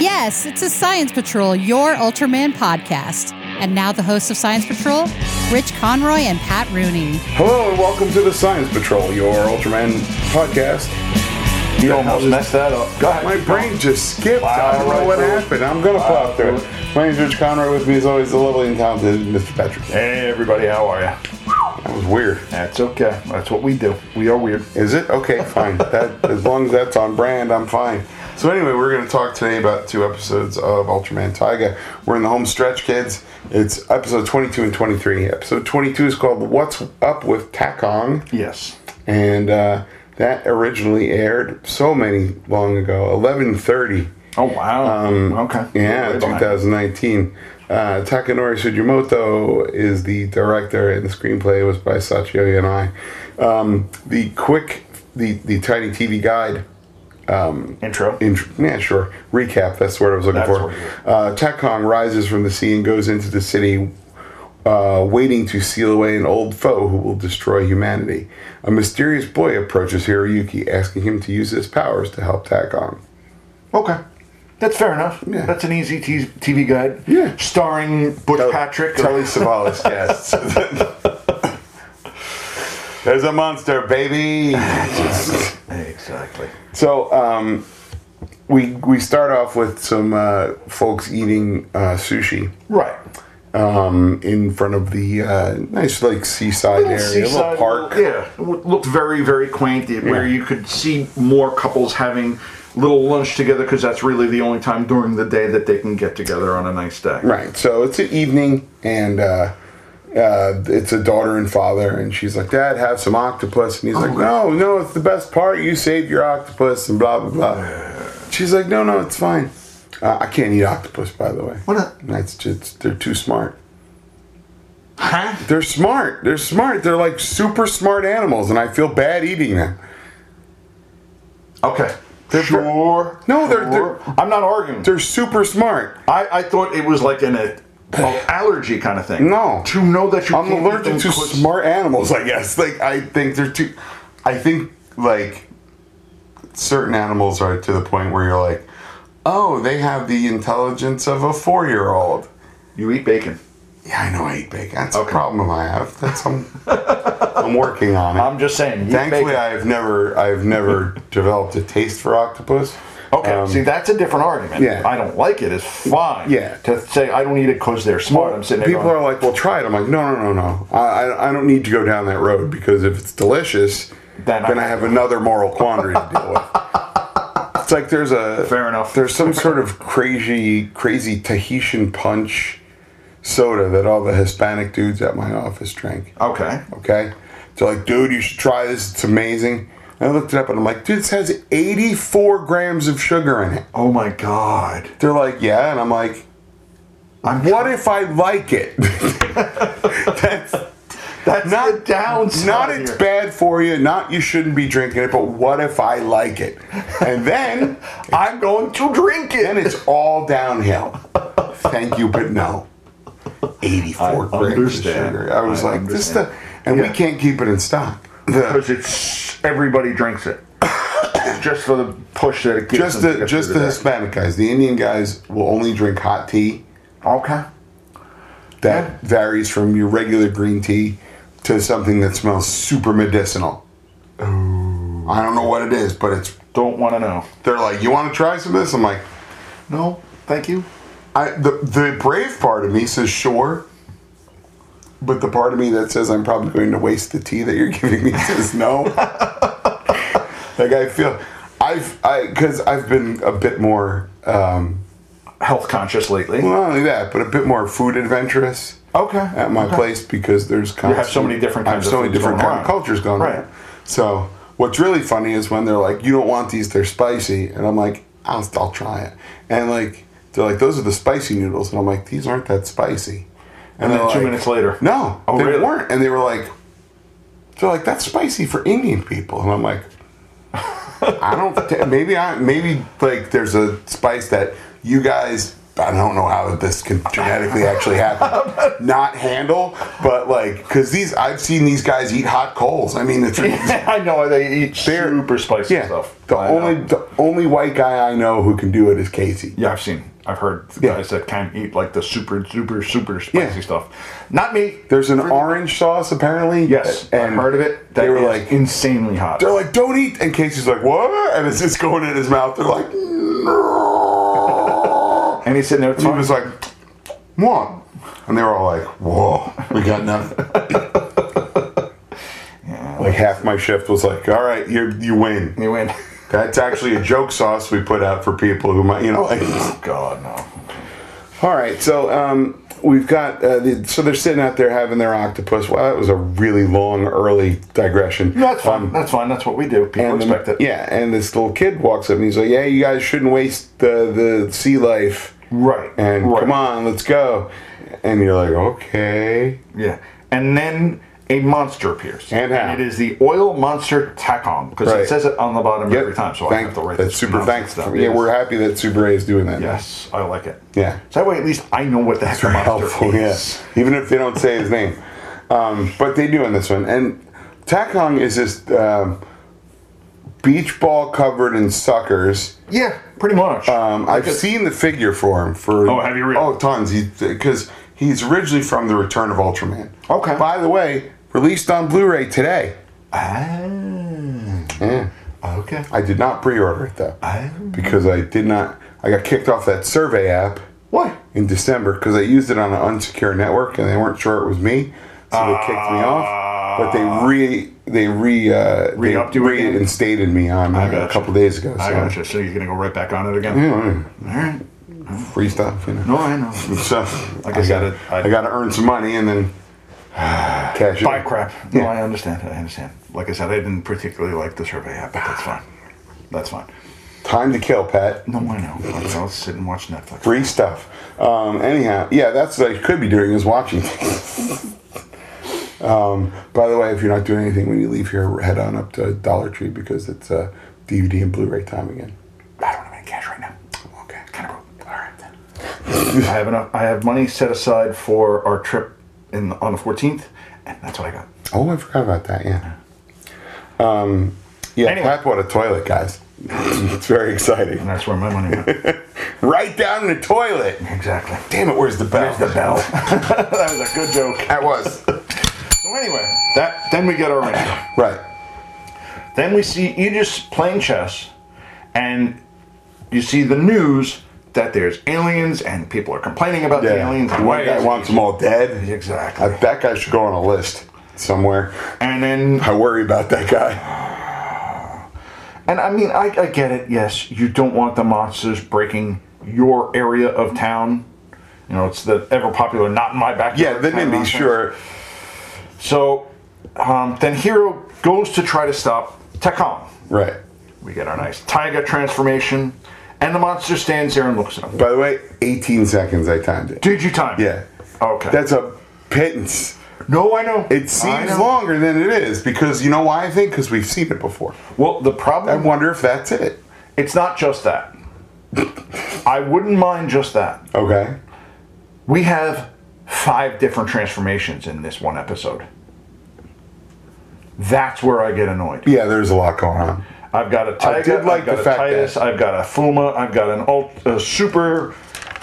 Yes, it's a Science Patrol, your Ultraman podcast. And now the hosts of Science Patrol, Rich Conroy and Pat Rooney. Hello and welcome to the Science Patrol, your Ultraman podcast. You almost messed that up. God, my brain just skipped. I don't know right what through it. happened. I'm gonna plow through it. My name's Rich Conroy. With me, as always, the lovely and talented Mr. Patrick. Hey everybody, how are ya? That was weird. That's okay. That's what we do. We are weird. Is it okay? Fine. That as long as that's on brand, I'm fine. So anyway, we're going to talk today about two episodes of Ultraman Taiga. We're in the home stretch, kids. It's episode 22 and 23. Episode 22 is called "What's Up with Takong." Yes. and uh, that originally aired so many long ago, eleven thirty. Oh wow. okay. Yeah, Way behind. 2019. Uh, Takanori Sujimoto is the director, and the screenplay was by Sachio and I. Um, the quick, the the tiny TV guide. Intro. Int- yeah, sure. Recap. That's the word I was looking That's for. what it Uh, Tekong rises from the sea and goes into the city, uh, waiting to seal away an old foe who will destroy humanity. A mysterious boy approaches Hiroyuki, asking him to use his powers to help Takong. okay. That's fair enough. Yeah. That's an easy t- TV guide. Yeah. Starring Butch Patrick. Telly Savalas, yes. There's a monster, baby. exactly. So um, we we start off with some uh, folks eating uh, sushi. Right. um, in front of the uh, nice like seaside area, little Seaside, park. little- Yeah. It w- looked very very quaint. it- Where you could see more couples having little lunch together because that's really the only time during the day that they can get together on a nice day. Right. So it's an evening, and uh, uh, it's a daughter and father, and she's like, "Dad, have some octopus," and he's Oh, like, "No, no, it's the best part. You saved your octopus," and blah blah blah. She's like, "No, no, it's fine. Uh, I can't eat octopus, by the way. What a- That's just they're too smart." Huh? They're smart. They're smart. They're like super smart animals, and I feel bad eating them. Okay. They're ver- sure. No, they're- Sure. they're- I'm not arguing. They're super smart. I, I thought it was like an a, a allergy kind of thing. No. To know that you I'm can't eat them allergic to puts- smart animals, I guess. Like I think they're too I think like certain animals are to the point where you're like, "Oh, they have the intelligence of a 4-year-old." You eat bacon. Yeah, I know I eat bacon. That's Okay. a problem I have. That's I'm, I'm working on it. I'm just saying. you eat Thankfully, bacon. I've never I've never developed a taste for octopus. Okay, Um, see, that's a different argument. yeah. I don't like it is fine. Yeah. To say I don't eat it because they're smart. I'm sitting there People going, are like, "Well, try it." I'm like, "No, no, no, no. I, I, I don't need to go down that road because if it's delicious, Then then, I- I, have another moral quandary to deal with." It's like there's a Fair enough. There's some sort of crazy, crazy Tahitian punch soda that all the Hispanic dudes at my office drank. Okay. Okay, so like, dude, you should try this. It's amazing. And I looked it up and I'm like, dude, this has 84 grams of sugar in it. Oh my god. They're like, yeah, and I'm like, I'm what if I like it? That's that's not the downside. not it's here. bad for you, not you shouldn't be drinking it, but what if I like it? And then I'm going to drink it. then it's all downhill. Thank you, but no. 84 I grams of understand. sugar. I was I like, this understand. stuff and Yeah. we can't keep it in stock. The- because it's everybody drinks it. just for the push that it gives. just them to the get just through the day. Hispanic guys. The Indian guys will only drink hot tea. Okay. That varies from your regular green tea to something that smells super medicinal. Oh. I don't know what it is, but it's Don't want to know. they're like, "You want to try some of this?" I'm like, No, thank you. I, the the brave part of me says sure, but the part of me that says I'm probably going to waste the tea that you're giving me says no. like I feel, I've I because I've been a bit more um, Health conscious lately. well, uh, not only that, but a bit more food adventurous Okay. at my place because there's have constant, so many different I kinds have of so many foods different going kind of around. cultures going Right. on. So what's really funny is when they're like, "You don't want these; they're spicy," and I'm like, "I'll, I'll try it," and like they're like, "Those are the spicy noodles," and I'm like, "These aren't that spicy." And then they're two like, minutes later. no, Oh, they really? weren't, and they were like, they're like, "That's spicy for Indian people," and I'm like, "I don't. maybe I maybe like there's a spice that you guys." I don't know how this can genetically actually happen. Not handle, but like, because these, I've seen these guys eat hot coals. I mean, it's I know they eat They're- super spicy yeah. stuff. The I only know. the only white guy I know who can do it is Casey. yeah, I've seen. I've heard Yeah. guys that can eat like the super super super spicy Yeah. stuff. Not me. There's an Freaking- orange sauce apparently. Yes, and I heard of it. That they were is like, insanely hot. they're like, don't eat. And Casey's like, what? And it's just going in his mouth. They're like, no. and he's sitting there. and he was like, what? And they were all like, whoa, we got nothing. like half my shift was like, all right, you you win. you win. That's actually a joke sauce we put out for people who might, you know, like. Oh, God no. All right, so um, we've got uh, the, so they're sitting out there having their octopus. Wow, that was a really long, early digression. That's fine. Um, That's fine. That's what we do. People and the- expect it. Yeah, and this little kid walks up and he's like, "Yeah, you guys shouldn't waste the the sea life." Right. And right. come on, let's go. And you're like, okay. Yeah. And then a monster appears. And how? it is the oil monster tachon because Right. it says it on the bottom every time. So I Thank- have to write that's this super thanks. nonsense down. Yeah, Yes. we're happy that Super A is doing that. now. Yes, I like it. Yeah. So that way, at least I know what the heck the very monster helpful. is. Yes, even if they don't say his name, um, but they do in this one. And Takong is this um, beach ball covered in suckers. Yeah. pretty much. Um, I've seen the figure for him for Oh, have you really? Oh, tons. Because he's originally from the Return of Ultraman. Okay. By the way, released on Blu-ray today. ah. Yeah. Okay. I did not pre-order it though because I did not. I got kicked off that survey app. Why? in December because I used it on an unsecure network and they weren't sure it was me, so they kicked me off. But they re they re uh, Ah. Re-upped they you again? reinstated me on uh, a gotcha. couple days ago. So I gotcha. So you're gonna go right back on it again? free stuff, you know. No, I know. So Like I, I said, gotta I, I- gotta earn some money and then cash it. Buy crap. No, Yeah. I understand. I understand. Like I said, I didn't particularly like the survey app, but that's fine. That's fine. Time to kill, Pat. No, I know. Like, I'll sit and watch Netflix. Free stuff. Um, anyhow, yeah, that's what I could be doing is watching. um, by the way, if you're not doing anything when you leave here, head on up to Dollar Tree because it's uh, DVD and Blu-ray time again. I don't have any cash right now. Okay. Kind of broke. All right then. I have enough. I have money set aside for our trip in on the 14th, and that's what I got. Oh, I forgot about that. Yeah. Um, yeah. Anyway. Pat bought a toilet, guys. it's very exciting. And that's where my money went. Right down in the toilet. exactly. Damn it! Where's the bell? There's the bell. that was a good joke. That was So anyway, that then we get our ring. right. Then we see Aegis playing chess, and you see the news that there's aliens and people are complaining about the Yeah. aliens. and One why guy is- wants them all dead. Exactly. Uh, that guy should go on a list somewhere. and then I worry about that guy. And I mean, I, I get it. Yes, you don't want the monsters breaking your area of town. You know, it's the ever popular "not in my backyard." Yeah, the kind of NIMBY, nonsense. sure. So um, then, Hero goes to try to stop Tekon. Right. We get our nice Taiga transformation, and the monster stands there and looks at him. By the way, 18 seconds I timed it. Did you time? it? Yeah. Okay. That's a pittance. no, I know. It I seems know. longer than it is because you know why I think? Because we've seen it before. Well, the I problem. wonder if that's it. it's not just that. I wouldn't mind just that. Okay. We have five different transformations in this one episode. That's where I get annoyed. Yeah, there's a lot going on. I've got a I Taiga, did like I've got the a fact that- Titus, I've got a Fuma, I've got an alt, a super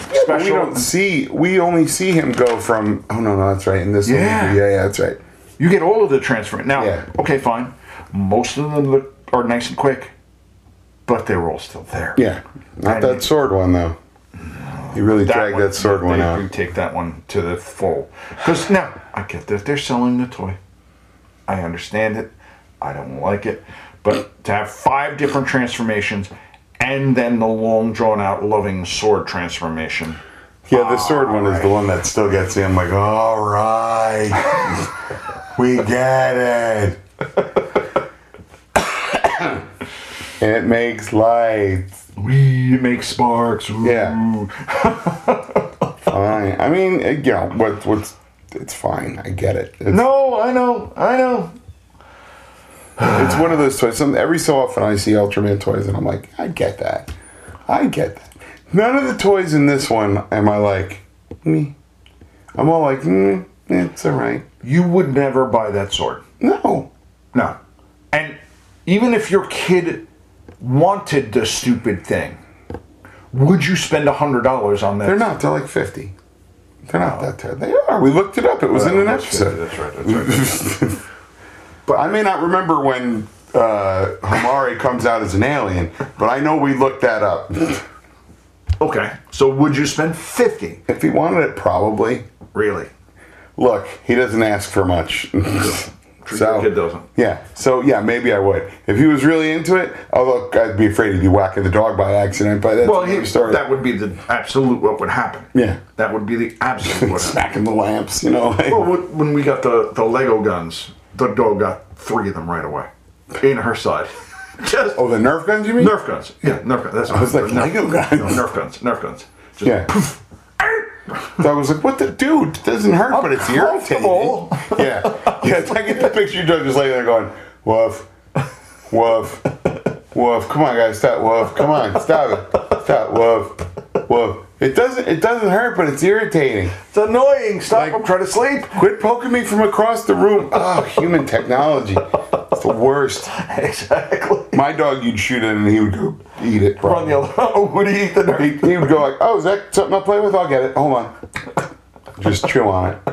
But we special. don't see. We only see him go from. Oh no, no, that's right. In this. Yeah. movie. yeah, yeah, that's right. you get all of the transfer. Now, Yeah. okay, fine. Most of them look, are nice and quick, but they were all still there. Yeah, not And that sword one though. He really dragged one- that sword one they do out. take that one to the full. Because now I get that they're selling the toy. I understand it. I don't like it, but to have five different transformations and then the long drawn out loving sword transformation. Yeah, the sword one is the one that still gets me. I'm like, all right, we get it. and it makes lights. We make sparks. Ooh. Yeah. Fine. I mean, uh, you know, what, what's it's fine. I get it. It's, No, I know. I know. it's one of those toys. Some, every so often, I see Ultraman toys, and I'm like, I get that. I get that. None of the toys in this one am I like, me. I'm all like, mm, it's all right. You would never buy that sword. No. No. And even if your kid wanted the stupid thing, would you spend a hundred dollars on that? They're not. They're like 50. They're not that terrible. They are. We looked it up. It was Oh, in an that's episode. Right, that's right. That's right. That's right. But I may not remember when uh, Hamari comes out as an alien, but I know we looked that up. okay. So would you spend fifty? If he wanted it, probably. Really? Look, he doesn't ask for much. so, Your kid doesn't. Yeah. So yeah, maybe I would. If he was really into it, although I'd be afraid he'd be whacking the dog by accident. But that's Well, another he, story. that would be the absolute what would happen. Yeah. That would be the absolute what happened. smacking the lamps, you know. like- Well, when- when we got the, the Lego guns, the dog got three of them right away in her side. Just oh, the Nerf guns, you mean? Nerf guns. Yeah, Nerf guns. That's what I was like, Lego guns. No, Nerf guns. Nerf guns. Just Yeah. poof. So I was like, what the dude? It doesn't hurt, but it's irritating. Uncomfortable. Yeah. Yeah, it's like in the picture you took just laying there going, woof, woof, woof. Come on, guys, stop, woof. Come on, stop it. Stop, woof, woof. It doesn't it doesn't hurt, but it's irritating. It's annoying. Stop. Like- I'm trying to sleep. Quit poking me from across the room. Oh, human technology. It's the worst. Exactly. My dog you'd shoot it and he would go eat it. Run Probably. the other. Oh, would he eat the He, Nerf? he would go like, oh, is that something I'll play with? I'll get it. Hold on. Just chew on it.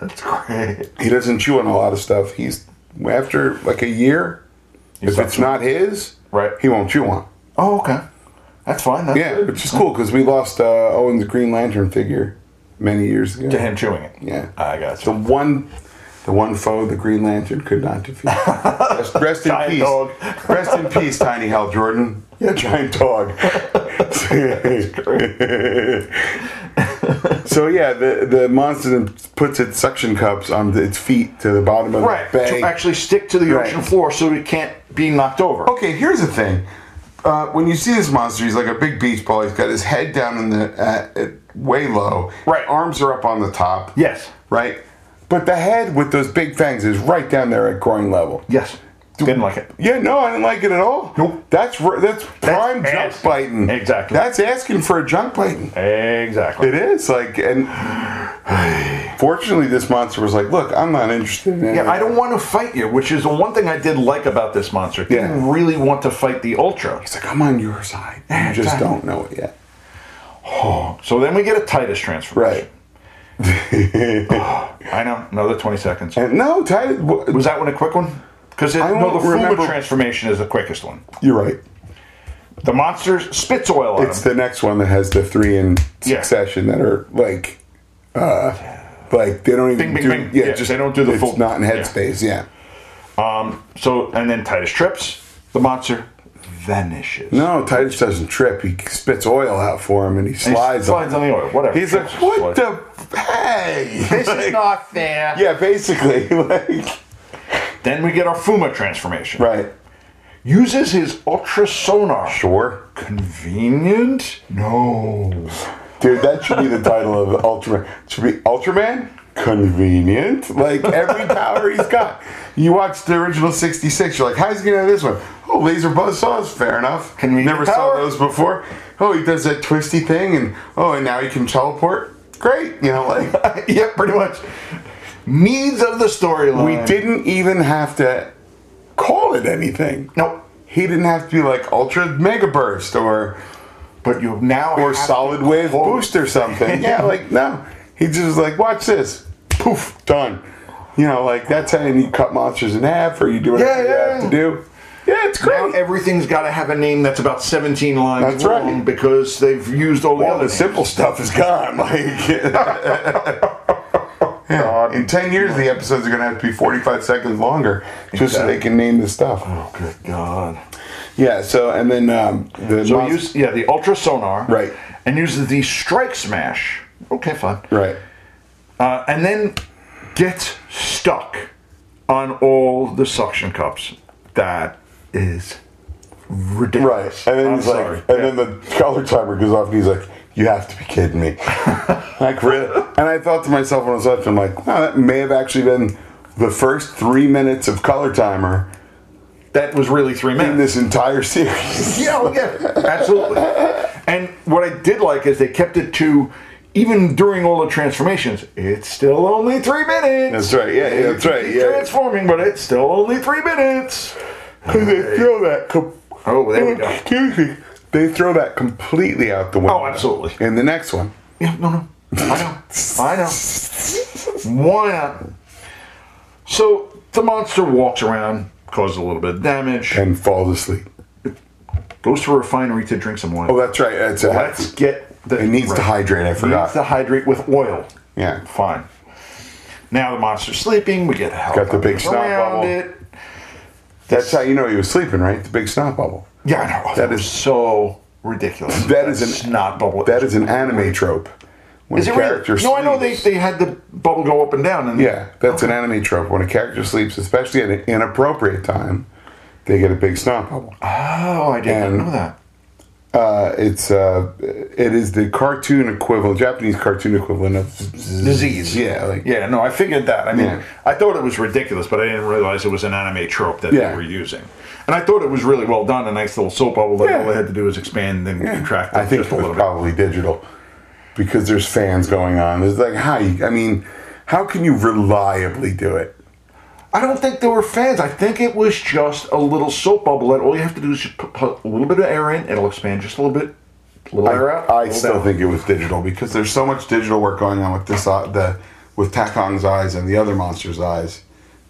That's great. he doesn't chew on a lot of stuff. He's after like a year, if stops it's not his, Right. He won't chew on. Oh, okay. That's fine. That's Yeah, good. which is cool because we lost uh, Owen's Green Lantern figure many years ago. To him chewing it. Yeah, I got the you. one, the one foe the Green Lantern could not defeat. Rest, rest in Giant peace. dog. Rest in peace, Tiny Hal Jordan. Yeah, giant dog. so yeah, the the monster then puts its suction cups on its feet to the bottom of Right. the bag. To actually stick to the Right. ocean floor so it can't be knocked over. Okay, here's the thing. Uh, when you see this monster, he's like a big beach ball. He's got his head down in the uh, uh, way low. Right. Arms are up on the top. Yes. Right. But the head with those big fangs is right down there at groin level. Yes. Didn't like it. Yeah, no, I didn't like it at all. Nope. That's r- that's prime ass. junk biting. Exactly. That's asking for a junk biting. Exactly. It is like, and fortunately, this monster was like, "Look, I'm not interested in." Yeah, I don't want to fight you, which is the one thing I did like about this monster. It Didn't Yeah. really want to fight the Ultra. It's like I'm on your side. You just exactly. don't know it yet. So then we get a Titus transformation. Right. Right. I know. Another 20 seconds. And no, Titus. Was that one a quick one? Because I don't no, the Fuma remember- transformation is the quickest one. You're right. The monster spits oil on It's him. the next one that has the three in Yeah. succession that are like, uh, like they don't even Bing, bing, do. bing. Yeah, Yeah, just they don't do the it's full- Not in yeah. headspace. Yeah. so and then Titus trips. The monster vanishes. No, Titus doesn't trip. He spits oil out for him, and he He slides. slides on. on the oil. Whatever. He's like, what the? Hey, Like, not fair. Yeah, basically, like Then we get our Fuma transformation. right. Uses his ultra sonar. Sure, Convenient? No. dude, that should be the title of Ultraman. Should be Ultraman. Convenient, like every power he's got. You watch the original '66, you're like, how's he gonna have this one? Oh, laser buzz saws, fair enough. Convenient Never power. saw those before. Oh, he does that twisty thing, and oh, and now he can teleport. Great, you know, like yeah, pretty much. Needs of the We storyline. didn't even have to call it anything. No. He didn't have to be like Ultra Mega Burst or But you now or have to Solid Wave quote- Boost or something. yeah, like no. He just was like, watch this. Poof, done. You know, like that's how you cut monsters in half or you do whatever Yeah, you yeah, have yeah. to do. Yeah, it's Now great. everything's got to have a name that's about 17 lines That's long right. because they've used all the all other the names. simple stuff is gone. Like Yeah, In ten years the episodes are gonna have to be forty five seconds longer just so Exactly. they can name the stuff. Oh, good God. Yeah, so and then um the So monst- use, yeah, the Ultra Sonar. Right. And uses the Strike Smash. Okay, fine. Right. Uh, and then gets stuck on all the suction cups. That is Right. ridiculous. And then I'm he's sorry. like, and then the color timer goes off, and he's like, "You have to be kidding me!" like really. And I thought to myself when I was watching, I'm like, "Wow, that may have actually been the first three minutes of color timer that was really three minutes. in this entire series." Yeah, oh, yeah, absolutely. And what I did like is they kept it to even during all the transformations. It's still only three minutes. That's right, yeah, yeah, that's right, Keep yeah. Transforming, but it's still only three minutes. they throw that. Com- Oh, there we go. Excuse me. They throw that completely out the window. Oh, absolutely. In the next one. Yeah, no, no. I know. I know. Why not? So the monster walks around, causes a little bit of damage, And falls asleep. goes to a refinery to drink some wine. Oh, that's right. That's a Let's get the. It needs to right. hydrate. I Needs forgot. to hydrate with oil. yeah. Fine. Now the monster's sleeping. We get help. Got the big snot bubble. it. That's how you know he was sleeping, right? The big snot bubble. Yeah, I know. Oh, That That is is- so ridiculous. That is an- snot bubble. That is an anime trope. When Is a it weird? character No, I know they, sleeps- they had the bubble go up and down. And Yeah, that's an anime trope. When a character sleeps, especially at an inappropriate time, they get a big snot bubble. Oh, I didn't And- know that. Uh, it's uh, it is the cartoon equivalent, Japanese cartoon equivalent of disease. Yeah, like Yeah, no, I figured that. I mean, Yeah. I thought it was ridiculous, but I didn't realize it was an anime trope that Yeah. they were using. And I thought it was really well done, a nice little soap bubble that Yeah. all they had to do was expand and contract it I think it just a was little bit. probably digital because there's fans going on. There's like, how you, I mean, how can you reliably do it? I don't think there were fans. I think it was just a little soap bubble that all you have to do is just put, put a little bit of air in, it'll expand just a little bit. Little air out. I little still down. think it was digital because there's so much digital work going on with this eye- the with Takon's eyes and the other monster's eyes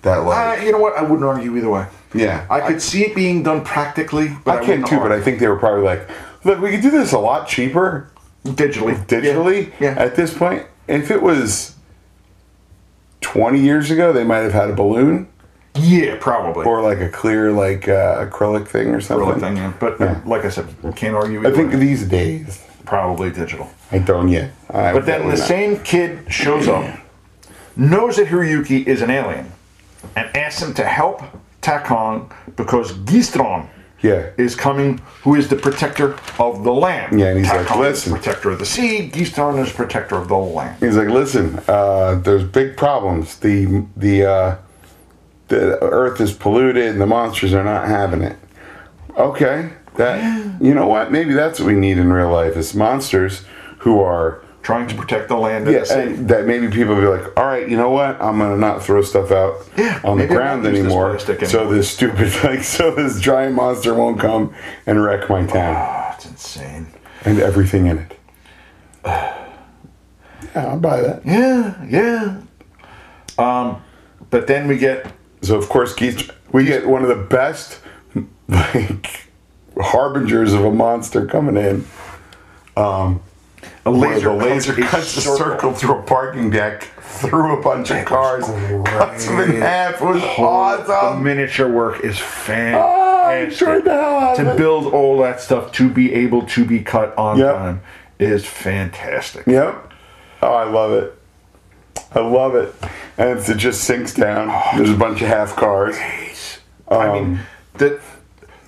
that like I, you know what? I wouldn't argue either way. yeah I could see it being done practically. But I can wouldn't too, but I argue. think they were probably like, look, we could do this a lot cheaper digitally, digitally Yeah. yeah. at this point. If it was 20 years ago, they might have had a balloon yeah, probably. or like a clear like uh, acrylic thing or something. Really thing, yeah. But uh, Yeah. like I said, can't argue. I either think way. these days probably digital. I don't yet. I But then really the not. same kid shows up, knows that Hiroyuki is an alien, and asks him to help Takong because Gistron Yeah. is coming, who is the protector of the land. Yeah, and he's like, Takong is "Listen." protector of the sea, Gistron is protector of the land. He's like, listen, uh, there's big problems. The the uh, the Earth is polluted, and the monsters are not having it. Okay, that you know what? Maybe that's what we need in real life is monsters who are Trying to protect the land and yeah, the sea. and that maybe people be like, all right, you know what? I'm gonna not throw stuff out Yeah, on the maybe I won't ground use this anymore, plastic so anymore." this stupid like so this giant monster won't come and wreck my town Ah, it's insane. and everything in it. Yeah, I'll buy that. Yeah, yeah. Um, but then we get So of course, Geist, we get one of the best like harbingers of a monster coming in. a Where laser. the laser cuts cuts a a circle through a parking deck, through a bunch of cars, cuts them in great. half. It was The awesome. miniature work is Oh, I fantastic. enjoyed the hell out of to it. build all that stuff to be able to be cut on Yep. time is fantastic. Yep. Oh, I love it. I love it. And it just sinks down. There's a bunch of half cars. I Um, mean, that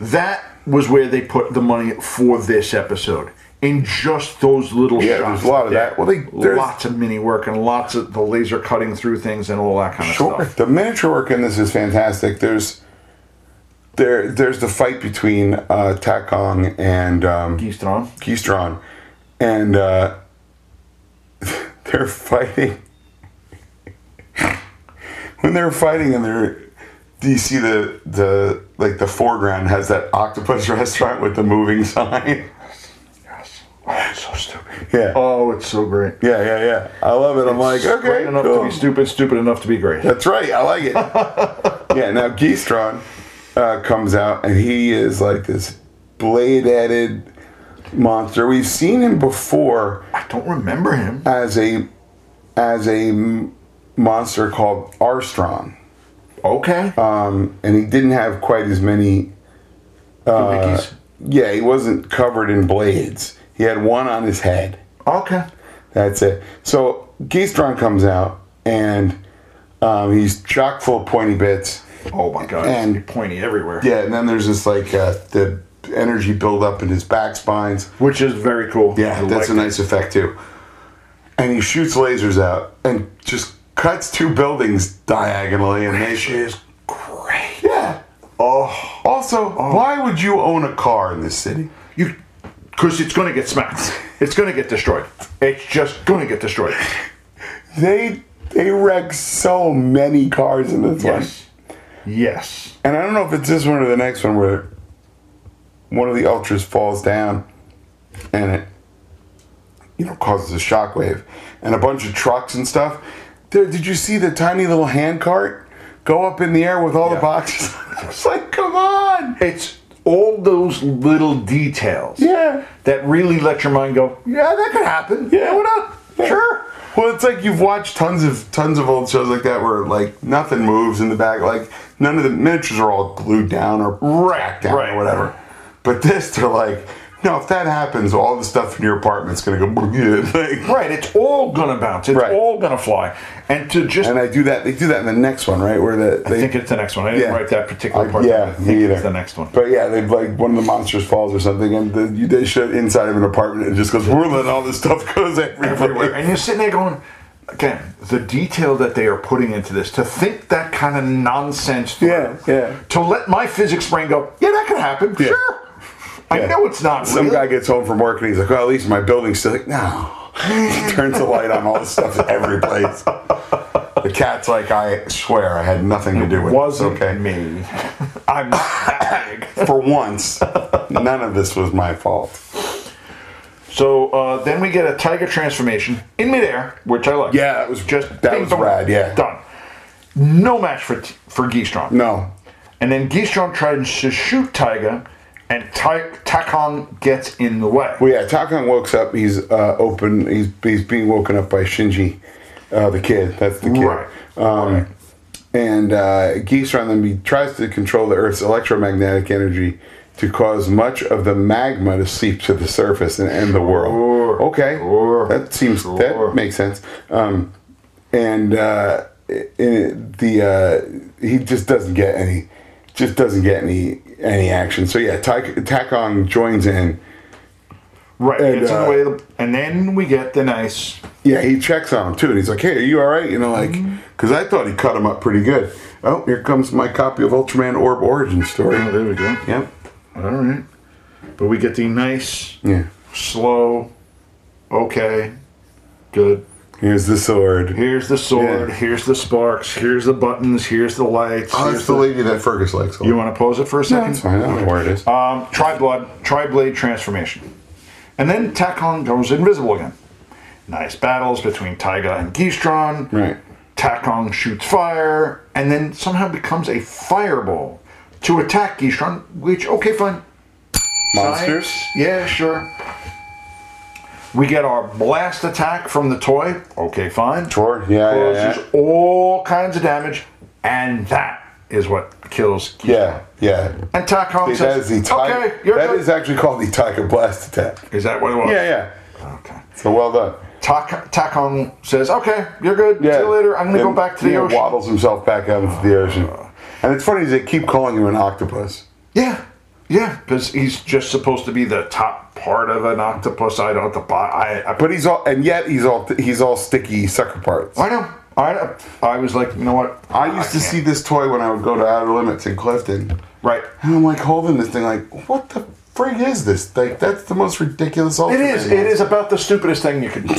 that was where they put the money for this episode. In just those little Yeah, shots. there's a lot of there. that. Well, they- there's- lots of mini work and lots of the laser cutting through things and all that kind of Sure. stuff. The miniature work in this is fantastic. There's there there's the fight between uh Takong and um Keystone. Keystron and uh they're fighting when they're fighting and they're do you see the the like the foreground has that octopus restaurant with the moving sign? Yes. Oh, it's so stupid. Yeah. Oh, it's so great. Yeah, yeah, yeah. I love it. I'm like, okay, Great enough cool. to be stupid, stupid enough to be great. That's right. I like it. yeah. Now Geistron uh, comes out, and he is like this blade-headed monster. We've seen him before I don't remember him. as a as a m- monster called Arstron, Okay. um, and he didn't have quite as many. Doohickeys. Yeah, he wasn't covered in blades. He had one on his head. okay. That's it. So Geistron comes out, and um, he's chock full of pointy bits. Oh my god. and- it's pointy everywhere. Yeah, and then there's this like uh, the energy buildup in his back spines. Which is very cool. Yeah, I that's a like nice effect too. And he shoots lasers out and just cuts two buildings diagonally, and they it. She shoot. is great. Oh. Yeah. Oh. Also, why would you own a car in this city? You because it's going to get smacked. It's going to get destroyed. It's just going to get destroyed. They they wreck so many cars in this one. Yes. Yes. And I don't know if it's this one or the next one where one of the ultras falls down and it you know causes a shockwave and a bunch of trucks and stuff. There did you see the tiny little hand cart go up in the air with all Yeah. the boxes? it's like come on. It's all those little details Yeah. that really let your mind go, yeah, that could happen. Yeah. Why not? Sure. Well, it's like you've watched tons of tons of old shows like that where like nothing moves in the back, like none of the miniatures are all glued down or Right, cracked down right. or whatever. But this, they're like, no, if that happens, all the stuff in your apartment's gonna go. Like, Right. It's all going to bounce. It's Right. all going to fly. And to just, and I do that. They do that in the next one, right? Where the, I they think it's the next one. I didn't Yeah. write that particular I- part. down. yeah, I me think either. it's the next one. But yeah, they like one of the monsters falls or something, and the, you, they show it inside of an apartment. and It just goes. We're letting all this stuff goes everywhere. everywhere. And you're sitting there going, again, the detail that they are putting into this to think that kind of nonsense. through. Yeah, yeah. To let my physics brain go, yeah, that could happen. Yeah. Sure. I Yeah. know it's not Some real. guy gets home from work and he's like, "Well, at least my building's still." Like, no, he turns the light on. All this stuff's every place. The cat's like, "I swear, I had nothing to do with it." wasn't It's okay. me. I'm not that big. For once, none of this was my fault. So uh, then we get a tiger transformation in midair, which I like. Yeah, that was- that was rad, yeah. done. No match for for Geestron. No, And then Geestron tries to shoot Taiga, and Ty- Takon gets in the way. Well, yeah, Takon wakes up. He's uh, open. He's he's being woken up by Shinji, uh, the kid. That's the kid. Right. Um, And uh, Geisran then be, tries to control the Earth's electromagnetic energy to cause much of the magma to seep to the surface and end the world. Sure. Okay, Sure. that seems Sure. that makes sense. Um, and uh, it, it- the uh, he just doesn't get any, just doesn't get any any action. So yeah, Ty- Takon joins in. Right, And, gets in uh, the way, of the, and then we get the nice. Yeah, he checks on him too, and he's like, "Hey, are you all right?" You know, like, Mm-hmm. because I thought he cut him up pretty good. Oh, here comes my copy of Ultraman Orb Origin Story. oh, there we go. Yep. All right, but we get the nice, Yeah. slow, okay, good. Here's the sword. Here's the sword. Yeah. Here's the sparks. Here's the buttons. Here's the lights. Oh, here's that's the lady that Fergus likes. You want to pause it for a second? That's fine. I don't know where it is. Um, Tri-blood, tri-blade transformation. And then Takon goes invisible again. Nice battles between Taiga and Geestron. Right. Takon shoots fire and then somehow becomes a fireball to attack Geestron, which, okay, fine. Monsters. Science, yeah, sure. We get our blast attack from the toy. Okay, fine. Sure. Yeah, yeah, yeah. Causes all kinds of damage, and that is what kills Geestron. Yeah. Yeah. And Takon That says, is the tiger. okay, you're that good. is actually called the tiger blast attack. Is that what it was? Yeah, yeah. Okay. So well done. Tak- Takon says, "Okay, you're good. Yeah. See you later. I'm gonna go And, back to the you know, ocean." Waddles himself back out into the ocean. And it's funny is they keep calling him an octopus. Yeah, yeah, because he's just supposed to be the top part of an octopus. I don't the bot. I, I But he's all, and yet he's all, he's all sticky sucker parts. I know. I know. I was like, you know what? I used to can't. see this toy when I would go to Outer Limits in Clifton, right. and I'm like holding this thing, like, what the frig is this? Like, that's the most ridiculous. It is. It is about the stupidest thing you could ever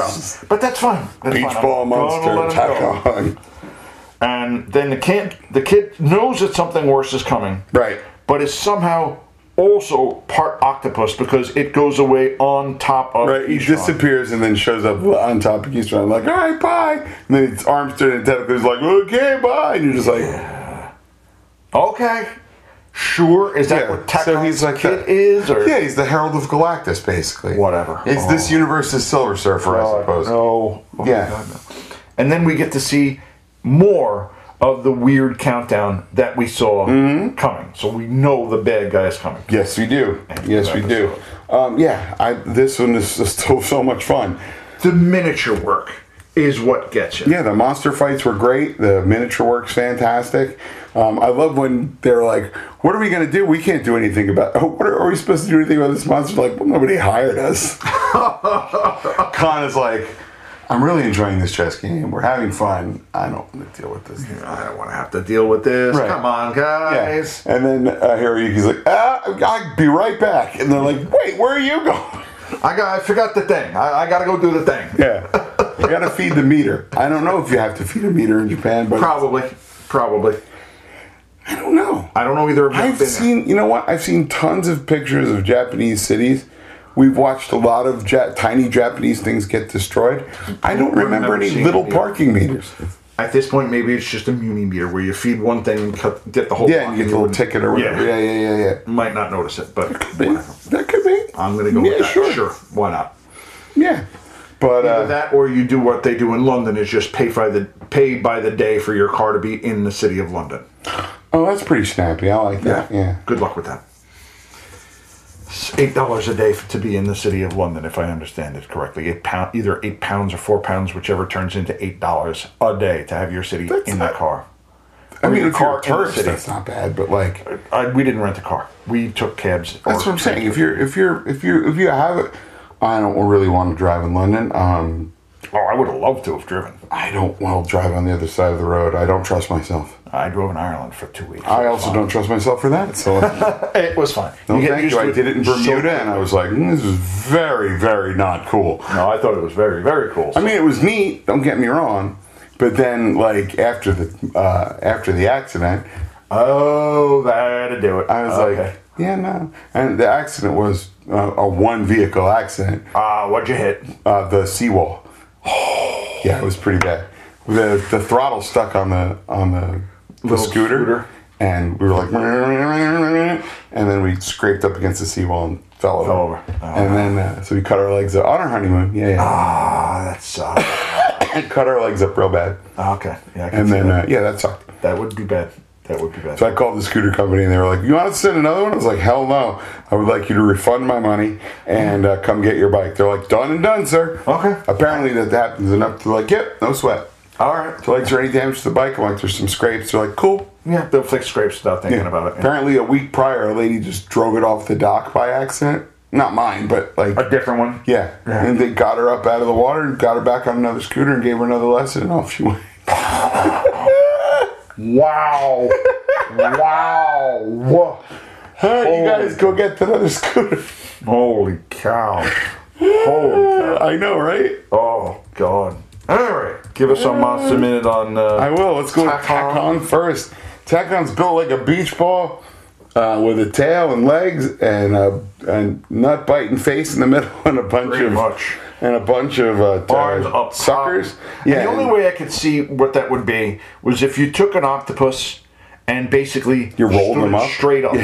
out. But that's fine. That's Beach fine. I'm ball gonna let monster. him go. Tack on. And then the kid, the kid knows that something worse is coming. Right. But is somehow also part octopus because it goes away on top of. Right, he Ishran. disappears and then shows up on top of Eastern. I'm like, all right, bye. And then his arms turn into tentacles. He's like, okay, bye. And you're just like, Okay. Sure. Is that yeah. what Tech so he's like, Kid the- is, Or yeah, he's the Herald of Galactus, basically. Whatever. Oh. It's this universe's Silver Surfer, I suppose. No. Oh my Yeah. God, no. And then we get to see more of the weird countdown that we saw Mm-hmm. coming. So we know the bad guy is coming. Yes, we do. Yes, we do. episode. Um, yeah, I, this one is just so, so much fun. The miniature work is what gets you. Yeah, the monster fights were great. The miniature work's fantastic. Um, I love when they're like, "What are we gonna do? We can't do anything about. Oh, what are, are we supposed to do anything about this monster?" Like, well, nobody hired us. Khan is like, I'm really enjoying this chess game. We're having fun. I don't want to deal with this. I don't want to have to deal with this. Right. Come on, guys. And then uh, Hiroyuki's like, ah, I'll be right back. And they're like, wait, where are you going? I got. I forgot the thing. I, I got to go do the thing. Yeah. You gotta feed the meter. I don't know if you have to feed a meter in Japan, but Probably. Probably. I don't know. I don't know either of you. I've been there. seen, you know what? I've seen tons of pictures of Japanese cities. We've watched a lot of ja- tiny Japanese things get destroyed. I don't remember Remember any seeing little it, yeah. parking meters. At this point, maybe it's just a muni meter where you feed one thing and cut, get the whole. Yeah, lot and you get the little wouldn't- ticket or whatever. Yeah, Yeah. yeah, yeah, yeah. Might not notice it, but whatever. That could be. I'm gonna go yeah, with that. Sure. Sure. why not? Yeah. But Either uh, that, or you do what they do in London is just pay by the pay by the day for your car to be in the city of London. oh, that's pretty snappy. I like that. Yeah. Good luck with that. It's eight dollars a day f- to be in the city of London, if I understand it correctly. Eight pound, either eight pounds or four pounds, whichever turns into eight dollars a day to have your city That's in the not- car. I Or mean, your if you're a in the tourist, city. that's not bad. But like, I, we didn't rent a car. We took cabs. That's what I'm saying. If you're if you're if you if you have it, I don't really want to drive in London. Um, Oh, I would have loved to have driven. I don't want to drive on the other side of the road. I don't trust myself. I drove in Ireland for two weeks. I also don't trust myself for that. So no, It was fine. get thank used you. to I did it in so Bermuda, and I was like, "Mm, this is very very not cool. No, I thought it was very, very cool. I mean, it was neat. Don't get me wrong, but then like after the uh, after the accident, oh, that to do it. I was like, yeah, no. And the accident was uh, a one vehicle accident. ah, what'd you hit? uh, the seawall. yeah, it was pretty bad. The the throttle stuck on the on the, the Little scooter, scooter. and we were like, and then we scraped up against the seawall and fell over. Fell over. Oh. And then uh, so we cut our legs up on our honeymoon. Yeah, yeah. Ah, that sucks. cut our legs up real bad, okay, yeah. I can uh, and see then that. uh, yeah, that sucked. that would be bad. That would be bad. So I called the scooter company, and they were like, "You want to send another one?" I was like, "Hell no! I would like you to refund my money and uh, come get your bike." They're like, "Done and done, sir." Okay. Apparently that happens enough. They're like, "Yep, no sweat." All right. So like, is there any damage to the bike? I'm like, there's some scrapes. They're like, cool. Yeah, they'll fix scrapes without thinking Yeah. about it. Apparently, a week prior, a lady just drove it off the dock by accident. Not mine, but like, A different one. yeah. Yeah. And they got her up out of the water and got her back on another scooter and gave her another lesson, and off she went. Wow. wow. Whoa. Huh, you Holy- guys go get that other scooter. Holy cow. Holy cow. I know, right? Oh, God. All right. Give us a monster minute on. Uh, I will. Let's go to Tack on. Tacon first. Tacon's built like a beach ball uh, with a tail and legs and a, and nut biting face in the middle and a bunch Pretty of much. and a bunch of uh, t- arms up top. suckers. And Yeah, the only and way I could see what that would be was if you took an octopus and basically You rolled stood them it up? straight up.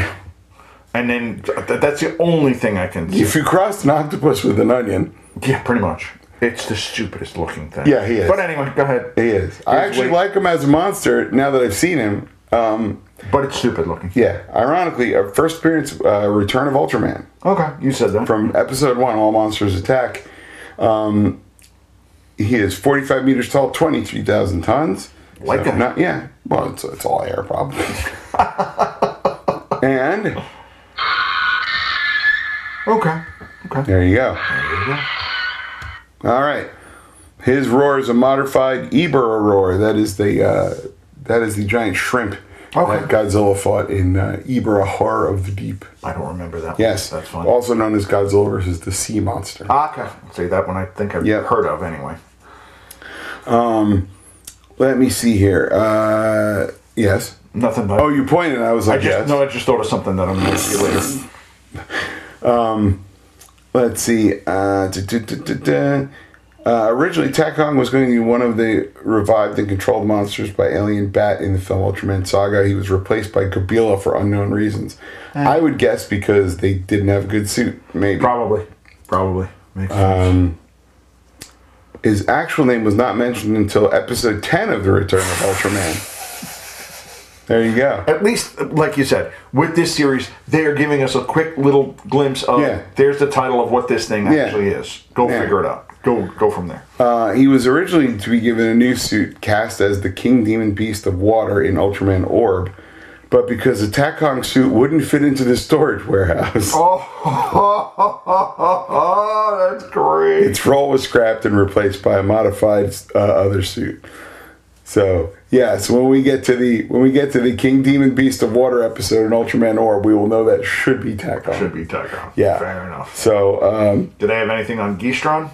And then th- that's the only thing I can see. if you crossed an octopus with an onion, Yeah, pretty much. It's the stupidest looking thing. Yeah, he is. But anyway, go ahead. he is. I Here's actually Wade. like him as a monster now that I've seen him. Um, But it's stupid looking. yeah, ironically, our first appearance, uh, Return of Ultraman. Okay, you said that. from episode one, All Monsters Attack. Um, he is 45 meters tall, 23,000 tons. Like that. Not, yeah. Well, it's, it's all air, probably. and okay. Okay. there you go. All right. His roar is a modified Ibera roar. That is the uh, that is the giant shrimp Okay. that Godzilla fought in uh, Ibera Horror of the Deep. I don't remember that. Yes, One. That's fine. also known as Godzilla versus the Sea Monster. okay. See, that one I think I've Yep. heard of anyway. Let me see here. Uh, yes. Nothing but. Oh, you pointed. I was I like, just, yes. No, I just thought of something that I'm going to see later. Let's see. Uh, duh, duh, duh, duh, duh. Uh, originally, Takong was going to be one of the revived and controlled monsters by Alien Bat in the film Ultraman Saga. He was replaced by Kabila for unknown reasons. I would guess because they didn't have a good suit, maybe. Probably. Probably. Makes Uh, His actual name was not mentioned until episode 10 of The Return of Ultraman. There you go. At least, like you said, with this series, they are giving us a quick little glimpse of. Yeah. There's the title of what this thing actually is. Go Yeah. figure it out. Go go from there. Uh, he was originally to be given a new suit cast as the King Demon Beast of Water in Ultraman Orb, but because the Takong suit wouldn't fit into the storage warehouse, oh, that's great. Its role was scrapped and replaced by a modified uh, other suit. So yeah, so when we get to the when we get to the King Demon Beast of Water episode in Ultraman Orb, we will know that should be Taco. Should be Tekka. Yeah. Fair enough. So um, Did I have anything on Geestron?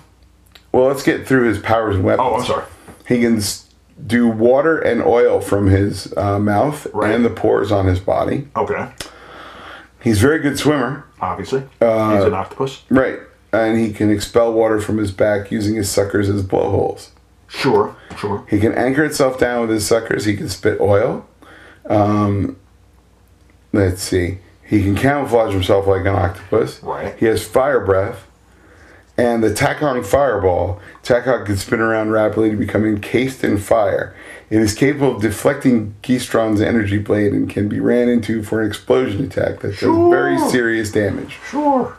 well, let's get through his powers and weapons. Oh, I'm sorry. He can s- do water and oil from his uh, mouth Right. and the pores on his body. Okay. He's a very good swimmer. Obviously. Uh, He's an octopus. Right. And he can expel water from his back using his suckers as blowholes. Sure. Sure. He can anchor itself down with his suckers. He can spit oil. Um, let's see. He can camouflage himself like an octopus. Right. He has fire breath. And the Takong Fireball. Takong can spin around rapidly to become encased in fire. It is capable of deflecting Geestron's energy blade and can be ran into for an explosion attack that does very Sure. serious damage Sure.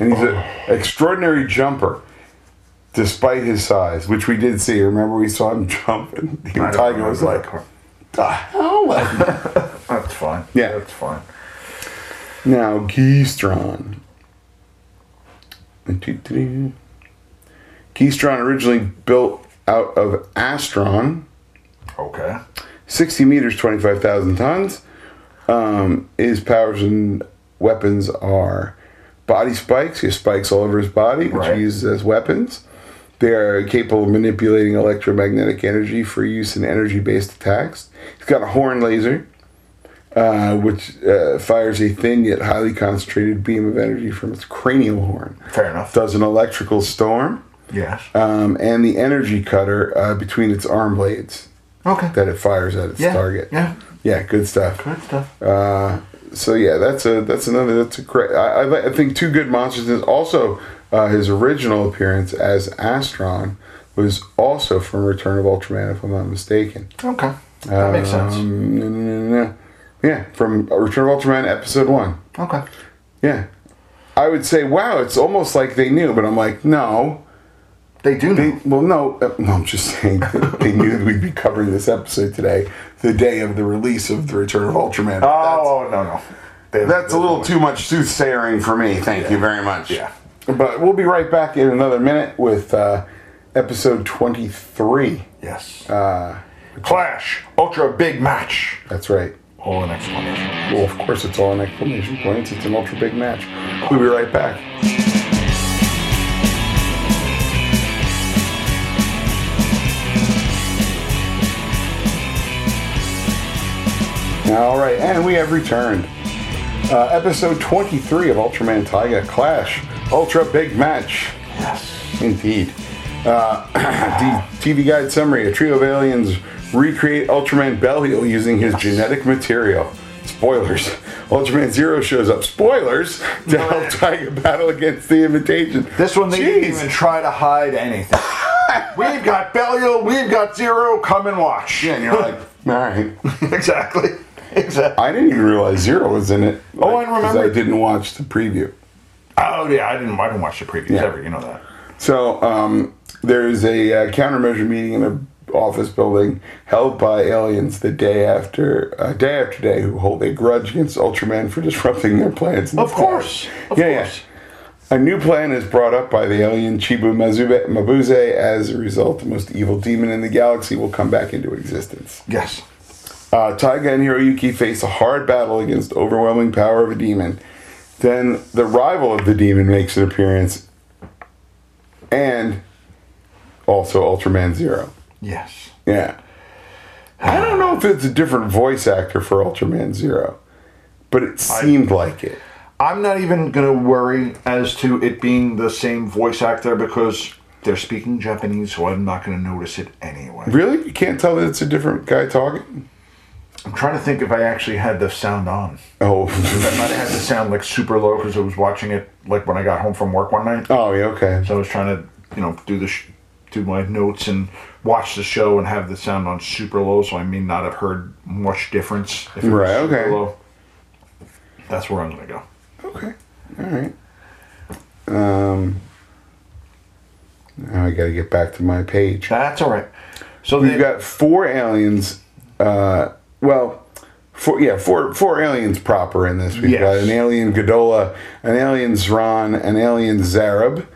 and he's an Oh. extraordinary jumper despite his size which we did see remember we saw him jump and he- I don't tiger was like "Ah." remember. the hell That's fine. Yeah. That's fine. now keystron keystron originally built out of astron Okay. 60 meters 25000 tons um, his powers and weapons are body spikes he has spikes all over his body which Right. he uses as weapons they are capable of manipulating electromagnetic energy for use in energy-based attacks he's got a horn laser uh, which uh, fires a thin yet highly concentrated beam of energy from its cranial horn Fair enough. does an electrical storm Yes. um, and the energy cutter uh, between its arm blades okay. that it fires at its Yeah, target. yeah. yeah, good stuff. Good stuff. Uh, so yeah, that's a that's another that's a great. I, I, like- I think two good monsters. Is also uh, his original appearance as Astron was also from Return of Ultraman, if I'm not mistaken. okay. That makes sense. Um, no, no, no, no. Yeah, from Return of Ultraman, episode one. Okay. Yeah, I would say wow, it's almost like they knew, but I'm like no. They do know. They, well, no, uh, no, I'm just saying that they knew that we'd be covering this episode today, the day of the release of The Return of Ultraman. oh, no, no. They- that's, that's a little too much soothsayering for me. Thank you very much. Yeah. But we'll be right back in another minute with uh, episode 23. Yes. Uh, Clash. Ultra big match. Oh, That's right. All an explanation. Well, of course, it's all an exclamation points. It's an ultra big match. We'll be right back. All right, and we have returned. Uh, episode 23 of Ultraman Taiga Clash Ultra Big Match. Yes. Indeed. Uh, the TV Guide Summary A trio of aliens recreate Ultraman Bellheel using his genetic material. Spoilers. Ultraman Zero shows up. Spoilers! To help Tiger battle against the imitation. This one, they didn't Jeez. even try to hide anything. we've got Belial, we've got Zero, come and watch. Yeah, and you're like, alright. exactly. Exactly. I didn't even realize Zero was in it. Oh, I 'cause remember. I didn't watch the preview. Oh, yeah, I didn't, I didn't watch the previews Yeah. ever, you know that. So um, there's a uh, countermeasure meeting in an office building held by aliens the day after uh, day after day who hold a grudge against Ultraman for disrupting their plans. in the Of course. past. Of yeah, course. yeah. A new plan is brought up by the alien Chibu Mazube, Mabuse. As a result, the most evil demon in the galaxy will come back into existence. Yes. Uh, Taiga and Hiroyuki face a hard battle against overwhelming power of a demon. Then the rival of the demon makes an appearance, and also Ultraman Zero. Yes. Yeah, I don't know if it's a different voice actor for Ultraman Zero, but it seemed like it. I'm not even going to worry as to it being the same voice actor because they're speaking Japanese, so I'm not going to notice it anyway. Really, you can't tell that it's a different guy talking. I'm trying to think if I actually had the sound on. Oh, I might have had the sound like super low because I was watching it like when I got home from work one night. oh, yeah, okay. So I was trying to, you know, do the sh- do my notes and watch the show and have the sound on super low, so I may not have heard much difference. If it was Right, super okay. Low. That's where I'm gonna go. Okay. All right. Um. Now I got to get back to my page. That's all right. So We've they- got four aliens. Uh, well, four yeah, four four aliens proper in this. We've Yes. got an alien Godola, an alien Zron, an alien Zareb,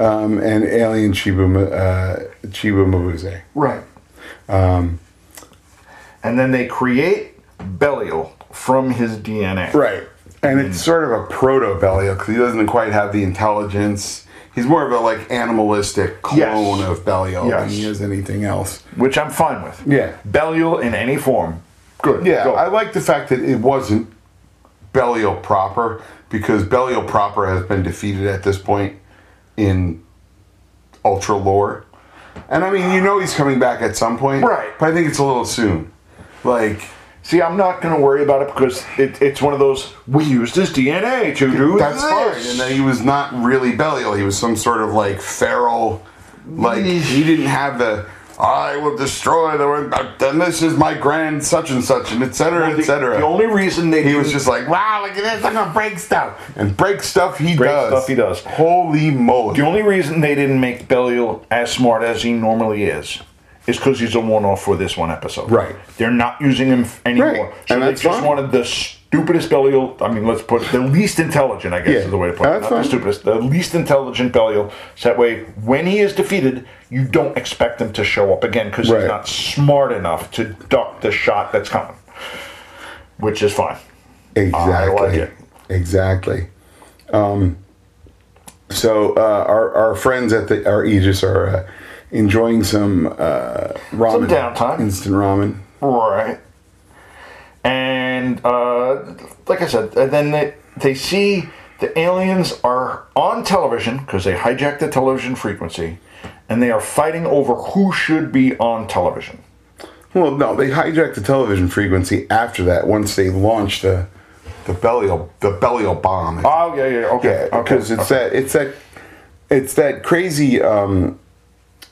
um, and Alien Chiba Ma- uh, Chiba Mabuse. Right. Um, and then they create Belial from his DNA. Right. And Mm-hmm. it's sort of a proto Belial because he doesn't quite have the intelligence. He's more of a like animalistic clone Yes. of Belial than Yes. he is anything else. Which I'm fine with. Yeah. Belial in any form. Good. Yeah, Go. I like the fact that it wasn't Belial proper because Belial proper has been defeated at this point in Ultra lore. And I mean, you know he's coming back at some point. Right. But I think it's a little soon. Like, See, I'm not going to worry about it because it, it's one of those, we used his DNA to do that's this. fine. And then he was not really Belial. He was some sort of like feral, like, he didn't have the. I will destroy the world, and this is my grand such and such, and et cetera, et The- cetera. The, only reason they He was didn't- just like, wow, look at this, I'm gonna break stuff. And break stuff he Break does. stuff he does. Holy moly. the only reason they didn't make Belial as smart as he normally is is because he's a one-off for this one episode. Right. They're not using him f- anymore, Right. so And they that's just fine. wanted the stupidest Belial. I mean, let's put it, the least intelligent. I guess Yeah. is the way to put it. That's Not the fine. stupidest, the least intelligent Belial. So that way, when he is defeated, you don't expect him to show up again because Right. he's not smart enough to duck the shot that's coming, which is fine. Exactly. Ah, I like it. Exactly. Um, so uh, our, our friends at the our Aegis are uh, enjoying some uh, ramen. downtime. Instant ramen. Right. And uh, like I said, and then they, they see the aliens are on television because they hijacked the television frequency, and they are fighting over who should be on television. Well, no, they hijacked the television frequency after that. Once they launched the the Belial the Belial bomb. Oh yeah, yeah, okay, Yeah, because it's that it's that it's that crazy um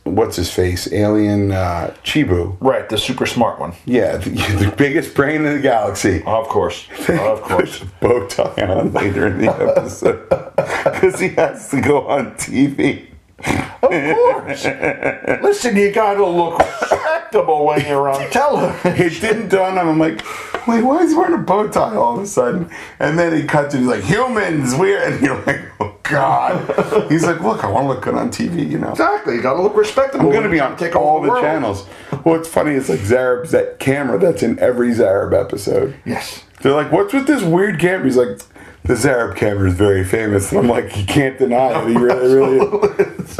what's his face alien uh Chibu. right. The super smart one, Yeah, the, the biggest brain in the galaxy. of course, Oh, of course. Puts a bow tie on later in the episode because he has to go on TV. Of course. Listen, you gotta look respectable when you're on television. It didn't dawn on him. I'm like, wait, why is he wearing a bow tie all of a sudden? And then he cuts it. He's like, humans, we're and you're like, oh god. He's like, look, I want to look good on TV, you know. Exactly, you gotta look respectable. I'm when gonna be you're on trying to take all over the world. channels. What's funny is like Zarab's that camera that's in every Zarab episode. Yes. They're like, "What's with this weird camera?" He's like, "The Zarab camera is very famous." And I'm like, "You can't deny it. He really, really." is."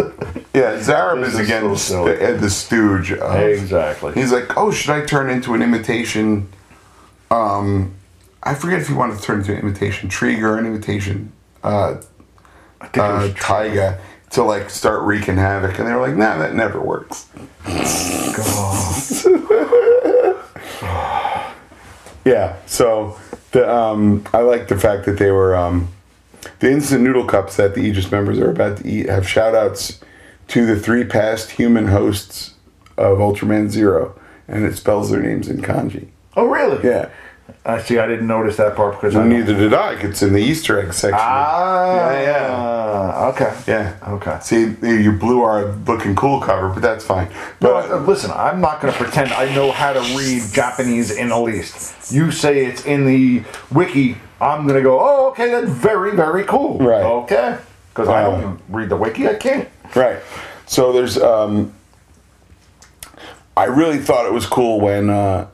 yeah, Zarab is is again so the, silly. st- the stooge. Of, Exactly. He's like, "Oh, should I turn into an imitation?" Um, I forget if he wanted to turn into an imitation Trig or an imitation uh, I think it was uh, Tyga to like start wreaking havoc, and they were like, "Nah, that never works." yeah. So the um, I like the fact that they were um, the instant noodle cups that the Aegis members are about to eat have shout outs to the three past human hosts of Ultraman Zero, and it spells their names in kanji. Oh, really? Yeah. I see. I didn't notice that part because I Neither did I. It's in the Easter egg section. Ah, Yeah, yeah. Okay. Yeah. Okay. See, you blew our looking cool cover, but that's fine. No, But uh, listen, I'm not going to pretend I know how to read Japanese in the least. You say it's in the wiki. I'm going to go. Oh, okay. That's very, very cool. Right. Okay. Because I don't Um, read the wiki. I can't. right. So there's. Um, I really thought it was cool when. Uh,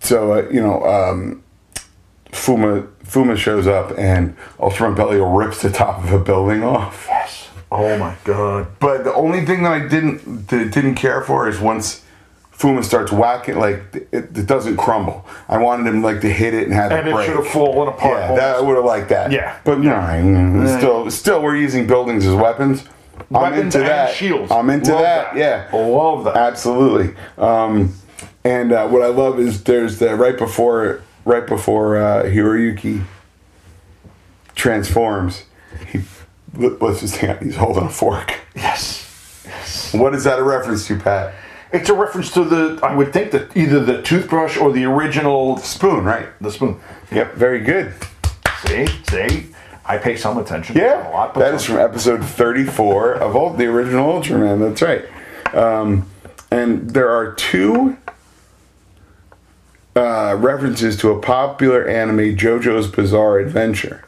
so uh, you know, um, Fuma Fuma shows up and Ultraman Belial rips the top of a building off. Yes. Oh my god. But the only thing that I didn't that I didn't care for is once Fuma starts whacking, like it, it doesn't crumble. I wanted him like to hit it and have And it it break. should have fallen apart. Yeah, that, I would have liked that. Yeah. but you know, I- still, still, we're using buildings as weapons. I'm Weapons into and that. shields. I'm into Love that. that. Yeah, Love that. Absolutely. Um, and uh, what I love is there's the right before right before uh, Hiroyuki transforms. He, let- let's just hang out. He's holding a fork. yes. Yes. What is that a reference to, Pat? It's a reference to the. I would think that either the toothbrush or the original Spoon, right? the spoon. Yep. Very good. See, see, I pay some attention. Yeah, a lot, but that is from episode 34 of all the original Ultraman. That's right. Um, and there are two uh, references to a popular anime, JoJo's Bizarre Adventure.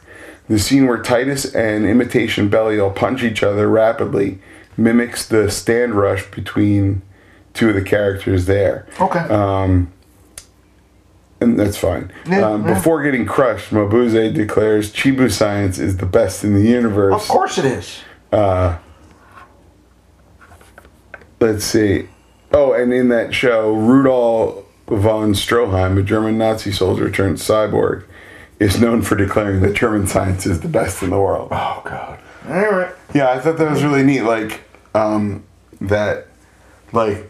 The scene where Titus and imitation Belial punch each other rapidly mimics the stand rush between two of the characters there. Okay. uh, And that's fine. Yeah, um, yeah. Before getting crushed, Mabuse declares Chibu science is the best in the universe. of course it is. let's see. Oh, and in that show, Rudolf von Stroheim, a German Nazi soldier turned cyborg, is known for declaring that German science is the best in the world. Oh god. All right. Yeah, I thought that was really neat. Like, um, that, like,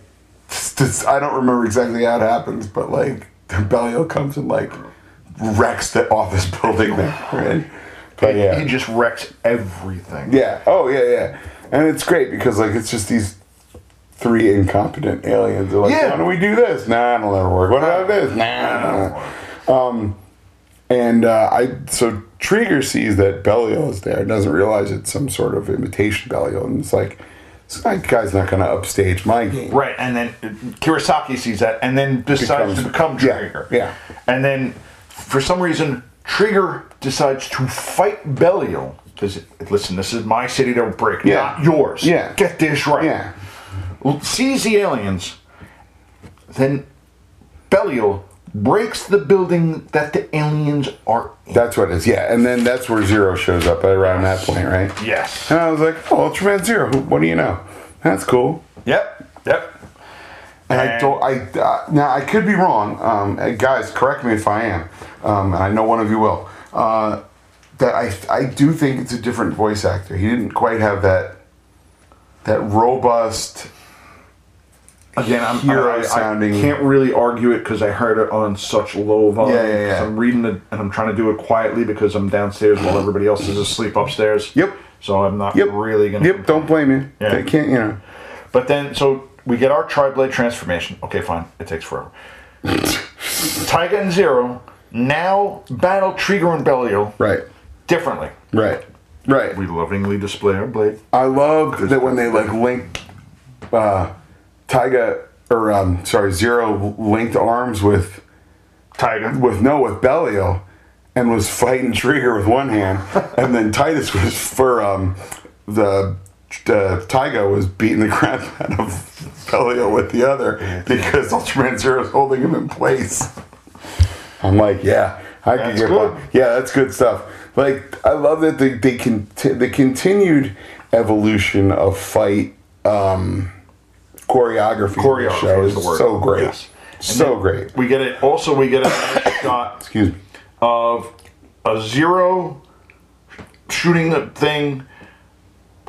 s- s- I don't remember exactly how it happens, but like, Belial comes and like wrecks the office building there. Right? But yeah, He just wrecks everything. yeah. Oh yeah, yeah. And it's great because like it's just these three incompetent aliens. They're like, Yeah. why don't we do this? Nah, it'll never work. What about this? Nah. Um, and uh, I so Trigger sees that Belial is there and doesn't realize it's some sort of imitation Belial, and it's like, this guy's not gonna upstage my game. Right, and then uh, Kurosaki sees that, and then decides to become Becomes- yeah, Trigger. yeah. And then, for some reason, Trigger decides to fight Belial because listen, this is my city to break, Yeah. not yours. Yeah. Get this right. Yeah. L- Sees the aliens, then Belial breaks the building that the aliens are in. That's what it is. Yeah. And then that's where Zero shows up at around that point, right? Yes. And I was like, oh, Ultraman Zero. What do you know? That's cool. Yep. Yep. And I And- don't. I uh, now I could be wrong. Um, uh, guys, correct me if I am. Um, and I know one of you will. Uh, that I I do think it's a different voice actor. He didn't quite have that that robust. Again, I'm Hero I, I sounding- can't really argue it because I heard it on such low volume. Yeah, yeah, yeah. I'm reading it and I'm trying to do it quietly because I'm downstairs while everybody else is asleep upstairs. Yep. So I'm not Yep. really gonna. Yep. Don't blame you. Yeah. They can't. You know. But then, so we get our tri-blade transformation. Okay, fine. It takes forever. Taiga and Zero now battle Trigger and Belial Right. differently. Right. Right. We lovingly display our blade. I loved that when they like linked uh, Tyga or um, sorry Zero linked arms with. Taiga. with no with Belial and was fighting Trigger with one hand, and then Titus was for um the uh, Tyga was beating the crap out of Belial with the other because Ultraman Zero is holding him in place. I'm like, yeah, I could That's get good. by. Yeah, that's good stuff. Like, I love that they they con- the continued evolution of fight um choreography. in the Choreography show is the word. so great, Yes. And so then great. We get it. Also, we get a shot Excuse me. of a zero shooting the thing,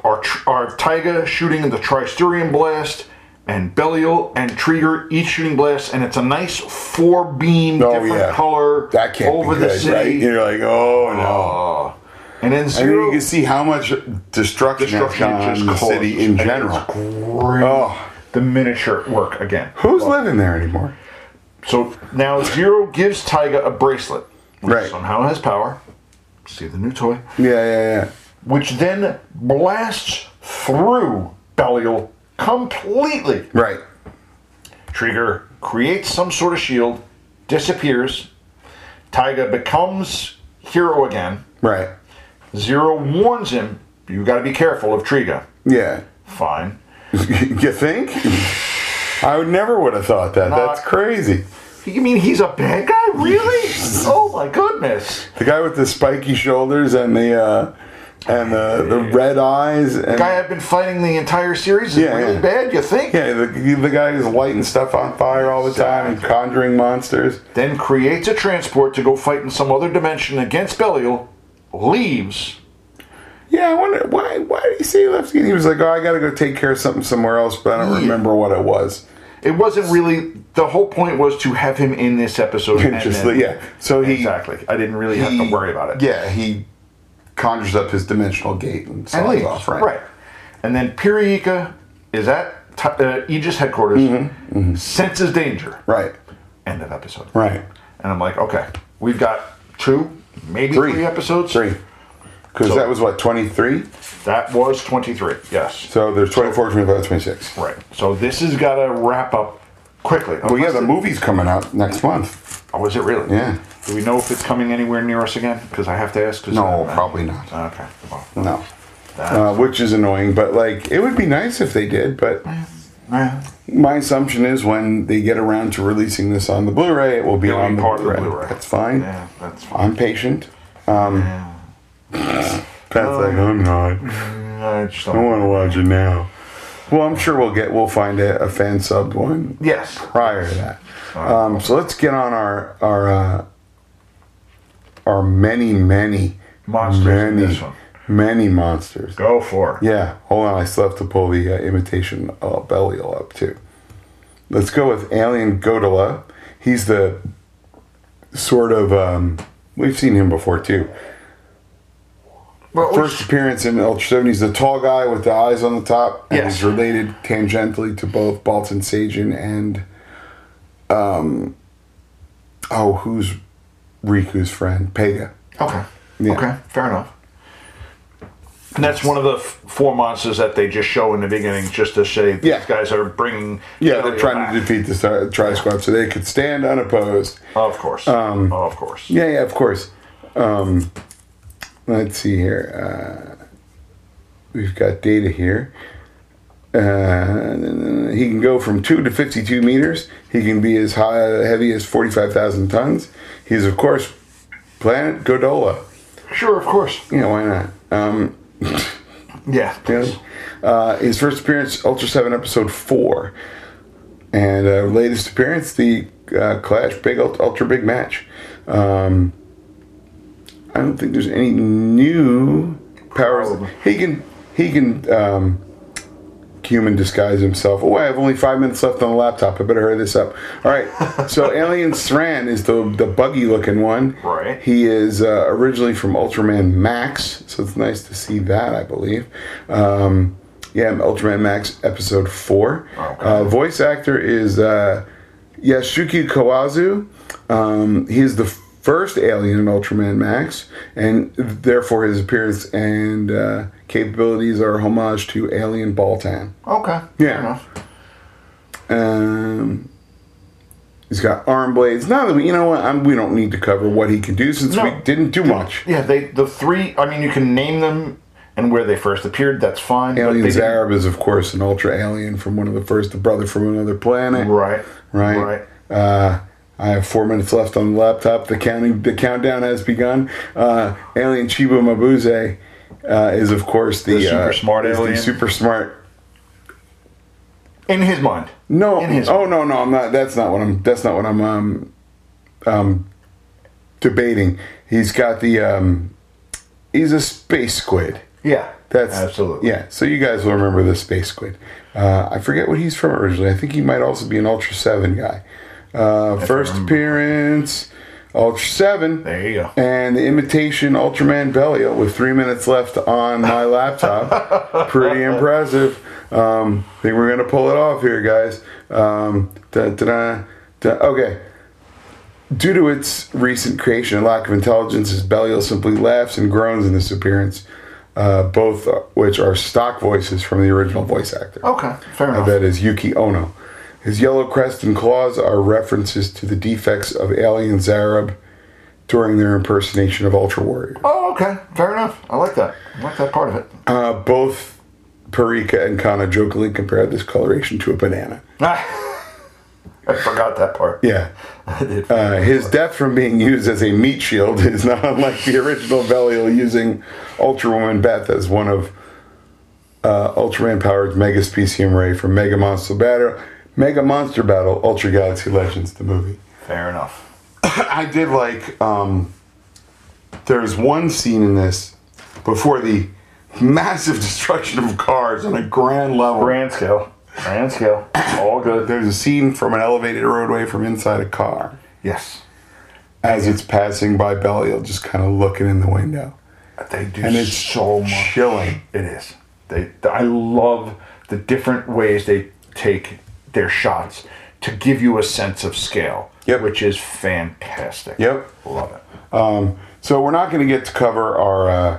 our, tr- our Taiga shooting the Tristerium blast, and Belial and Trigger each shooting blasts, and it's a nice four beam, Oh, different yeah. color that can't over be the good, city. right? You're like, oh no. And then I mean, you zero can see how much destruction, destruction has it gone just on the caused. city in And it's general. great. Oh. The miniature work again. Who's living there anymore? So now Zero gives Taiga a bracelet, which Right. somehow has power. See the new toy. Yeah, yeah, which then blasts through Belial completely. yeah. Right. Trigger creates some sort of shield, disappears. Taiga becomes hero again. Right. Zero warns him, you gotta be careful of Triga. Yeah. Fine. you think? I would never would have thought that. That's Not- crazy. You mean he's a bad guy? Really? oh my goodness. The guy with the spiky shoulders and the uh, and the, the red eyes and Guy I've been fighting the entire series is Yeah, really yeah. bad, you think? yeah, the, the guy who's lighting stuff on fire all the time and conjuring monsters. then creates a transport to go fight in some other dimension against Belial, leaves, Yeah, I wonder why. Why did he say he left? again? He was like, "Oh, I got to go take care of something somewhere else," but I don't remember what it was. It wasn't really the whole point was to have him in this episode. and Interesting. then- Yeah. So he exactly. I didn't really have to he- worry about it. Yeah, he conjures up his dimensional gate and and slides leaves off. right. And then Piriika is at t- uh, Aegis headquarters, senses danger. right, End of episode. right, And I'm like, okay, we've got two, maybe three, Three. episodes. three. Because So- that was what twenty three. That was 23. Yes. So there's 24, 25, 26. Right. So this has got to wrap up quickly. Well, yeah, Unless the it- movie's coming out next month. Oh, is it really? Yeah. Do we know if it's coming anywhere near us again? Because I have to ask. 'cause, No, uh, probably not. Okay. Well, No. Uh, which is annoying, but like it would be nice if they did. But eh, my assumption is when they get around to releasing this on the Blu-ray, it will be it'll on be the part of the Blu-ray. Blu-ray. That's fine. Yeah, that's fine. I'm patient. Um, Pat's like, I'm Um, not. I just I don't- want to watch it now. Well, I'm sure we'll get we'll find a, a fan subbed one Yes. prior to that. Um, so let's get on our our uh, our many many Monsters in many this one. many monsters. Go for it. Yeah, hold on. I still have to pull the uh, imitation uh, Belial up too. Let's go with Alien Godola. He's the sort of um, we've seen him before too. Well, First appearance in Ultra Seventies, the tall guy with the eyes on the top. And Yes. he's related tangentially to both Balton Sajin and um, oh, who's Riku's friend, Pega. Okay. Yeah. Okay. Fair enough. And that's one of the f- four monsters that they just show in the beginning, just to say these Yeah. guys are bringing. Yeah, Delia they're trying to back. defeat the Star- Tri Squad so they could stand unopposed. Of course. of course. Um, Yeah, yeah, of course. Um, let's see here. Uh, we've got data here. Uh, he can go from 2 to 52 meters. He can be as high, heavy as 45,000 tons. He's, of course, planet Godola. Sure. Of course. Yeah, why not? Um, Yeah. really? Uh, his first appearance, Ultra 7, Episode 4. And uh, latest appearance, the uh, Clash Big Ult- Ultra Big Match. Um, I don't think there's any new powers. Probably. He can he can um, human disguise himself. Oh, I have only five minutes left on the laptop. I better hurry this up. All right. So Alien Thran is the the buggy looking one. Right. He is uh, originally from Ultraman Max, so it's nice to see that. I believe. Um, yeah, Ultraman Max episode four. Okay. Uh, voice actor is uh, Yasuki Kawazu. Um, he is the first alien in Ultraman Max, and therefore his appearance and uh, capabilities are homage to Alien Baltan. Okay. Yeah. Fair enough. Um, he's got arm blades. Now that we, you know what, I'm, we don't need to cover what he can do since No. we didn't do much. Yeah. They the three. I mean, you can name them and where they first appeared. That's fine. but Alien they didn't- Zareb is, of course, an ultra alien from one of the first, a brother from another planet. Right. Right. Right. Uh, I have four minutes left on the laptop. The counting, the countdown has begun. Uh, alien Chiba Mabuse uh, is, of course, the, The super uh, smart is the alien. super smart. In his mind. No. In his oh no, no, I'm not. That's not what I'm. That's not what I'm. Um, um, debating. He's got the. Um, he's a space squid. Yeah. That's absolutely. Yeah, so you guys will remember the Space Squid. Uh, I forget what he's from originally. I think he might also be an Ultra Seven guy. Uh, first appearance, Ultra Seven. There you go. And the imitation Ultraman Belial with three minutes left on my laptop. Pretty impressive. Um, I think we're gonna pull it off here, guys. Um, da, da, da, da. Okay. Due to its recent creation and lack of intelligence, his Belial simply laughs and groans in this appearance, uh, both uh, which are stock voices from the original voice actor. Okay. Fair Uh, enough. that is Yuki Ono. His yellow crest and claws are references to the defects of alien Zareb during their impersonation of Ultra Warrior. Oh, okay. Fair enough. I like that. I like that part of it. Uh, both Parika and Kana jokingly compared this coloration to a banana. Ah. I forgot that part. Yeah. I did. Uh, his death from being used as a meat shield is not unlike the original Belial using Ultrawoman Beth as one of uh, Ultraman powered Mega Specium Ray from Mega Monster Battle, Mega Monster Battle, Ultra Galaxy Legends, the movie. Fair enough. I did like. Um, there's one scene in this before the massive destruction of cars on a grand level. Grand scale. Grand scale. All good. There's a scene from an elevated roadway from inside a car Yes. as it's passing by Belial, just kind of looking in the window. They do And it's so much. chilling. It is. They, I love the different ways they take their shots to give you a sense of scale, Yep. which is fantastic. Yep. Love it. Um, so we're not going to get to cover our uh,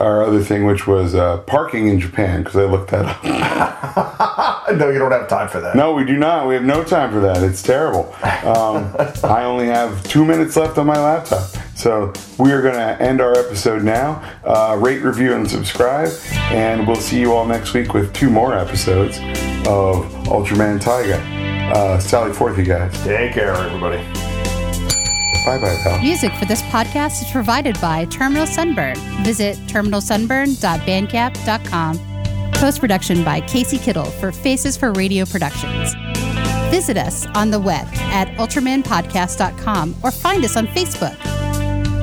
our other thing, which was uh, parking in Japan, because I looked that up. No, you don't have time for that. No, we do not. We have no time for that. It's terrible. Um, I only have two minutes left on my laptop. So we are going to end our episode now. Uh, rate, review, and subscribe. And we'll see you all next week with two more episodes of Ultraman Taiga. Uh, Sally Forth, you guys. Take care, everybody. Bye bye, pal. Music for this podcast is provided by Terminal Sunburn. Visit terminalsunburn.bandcamp.com. Post production by Casey Kittle for Faces for Radio Productions. Visit us on the web at ultramanpodcast.com or find us on Facebook.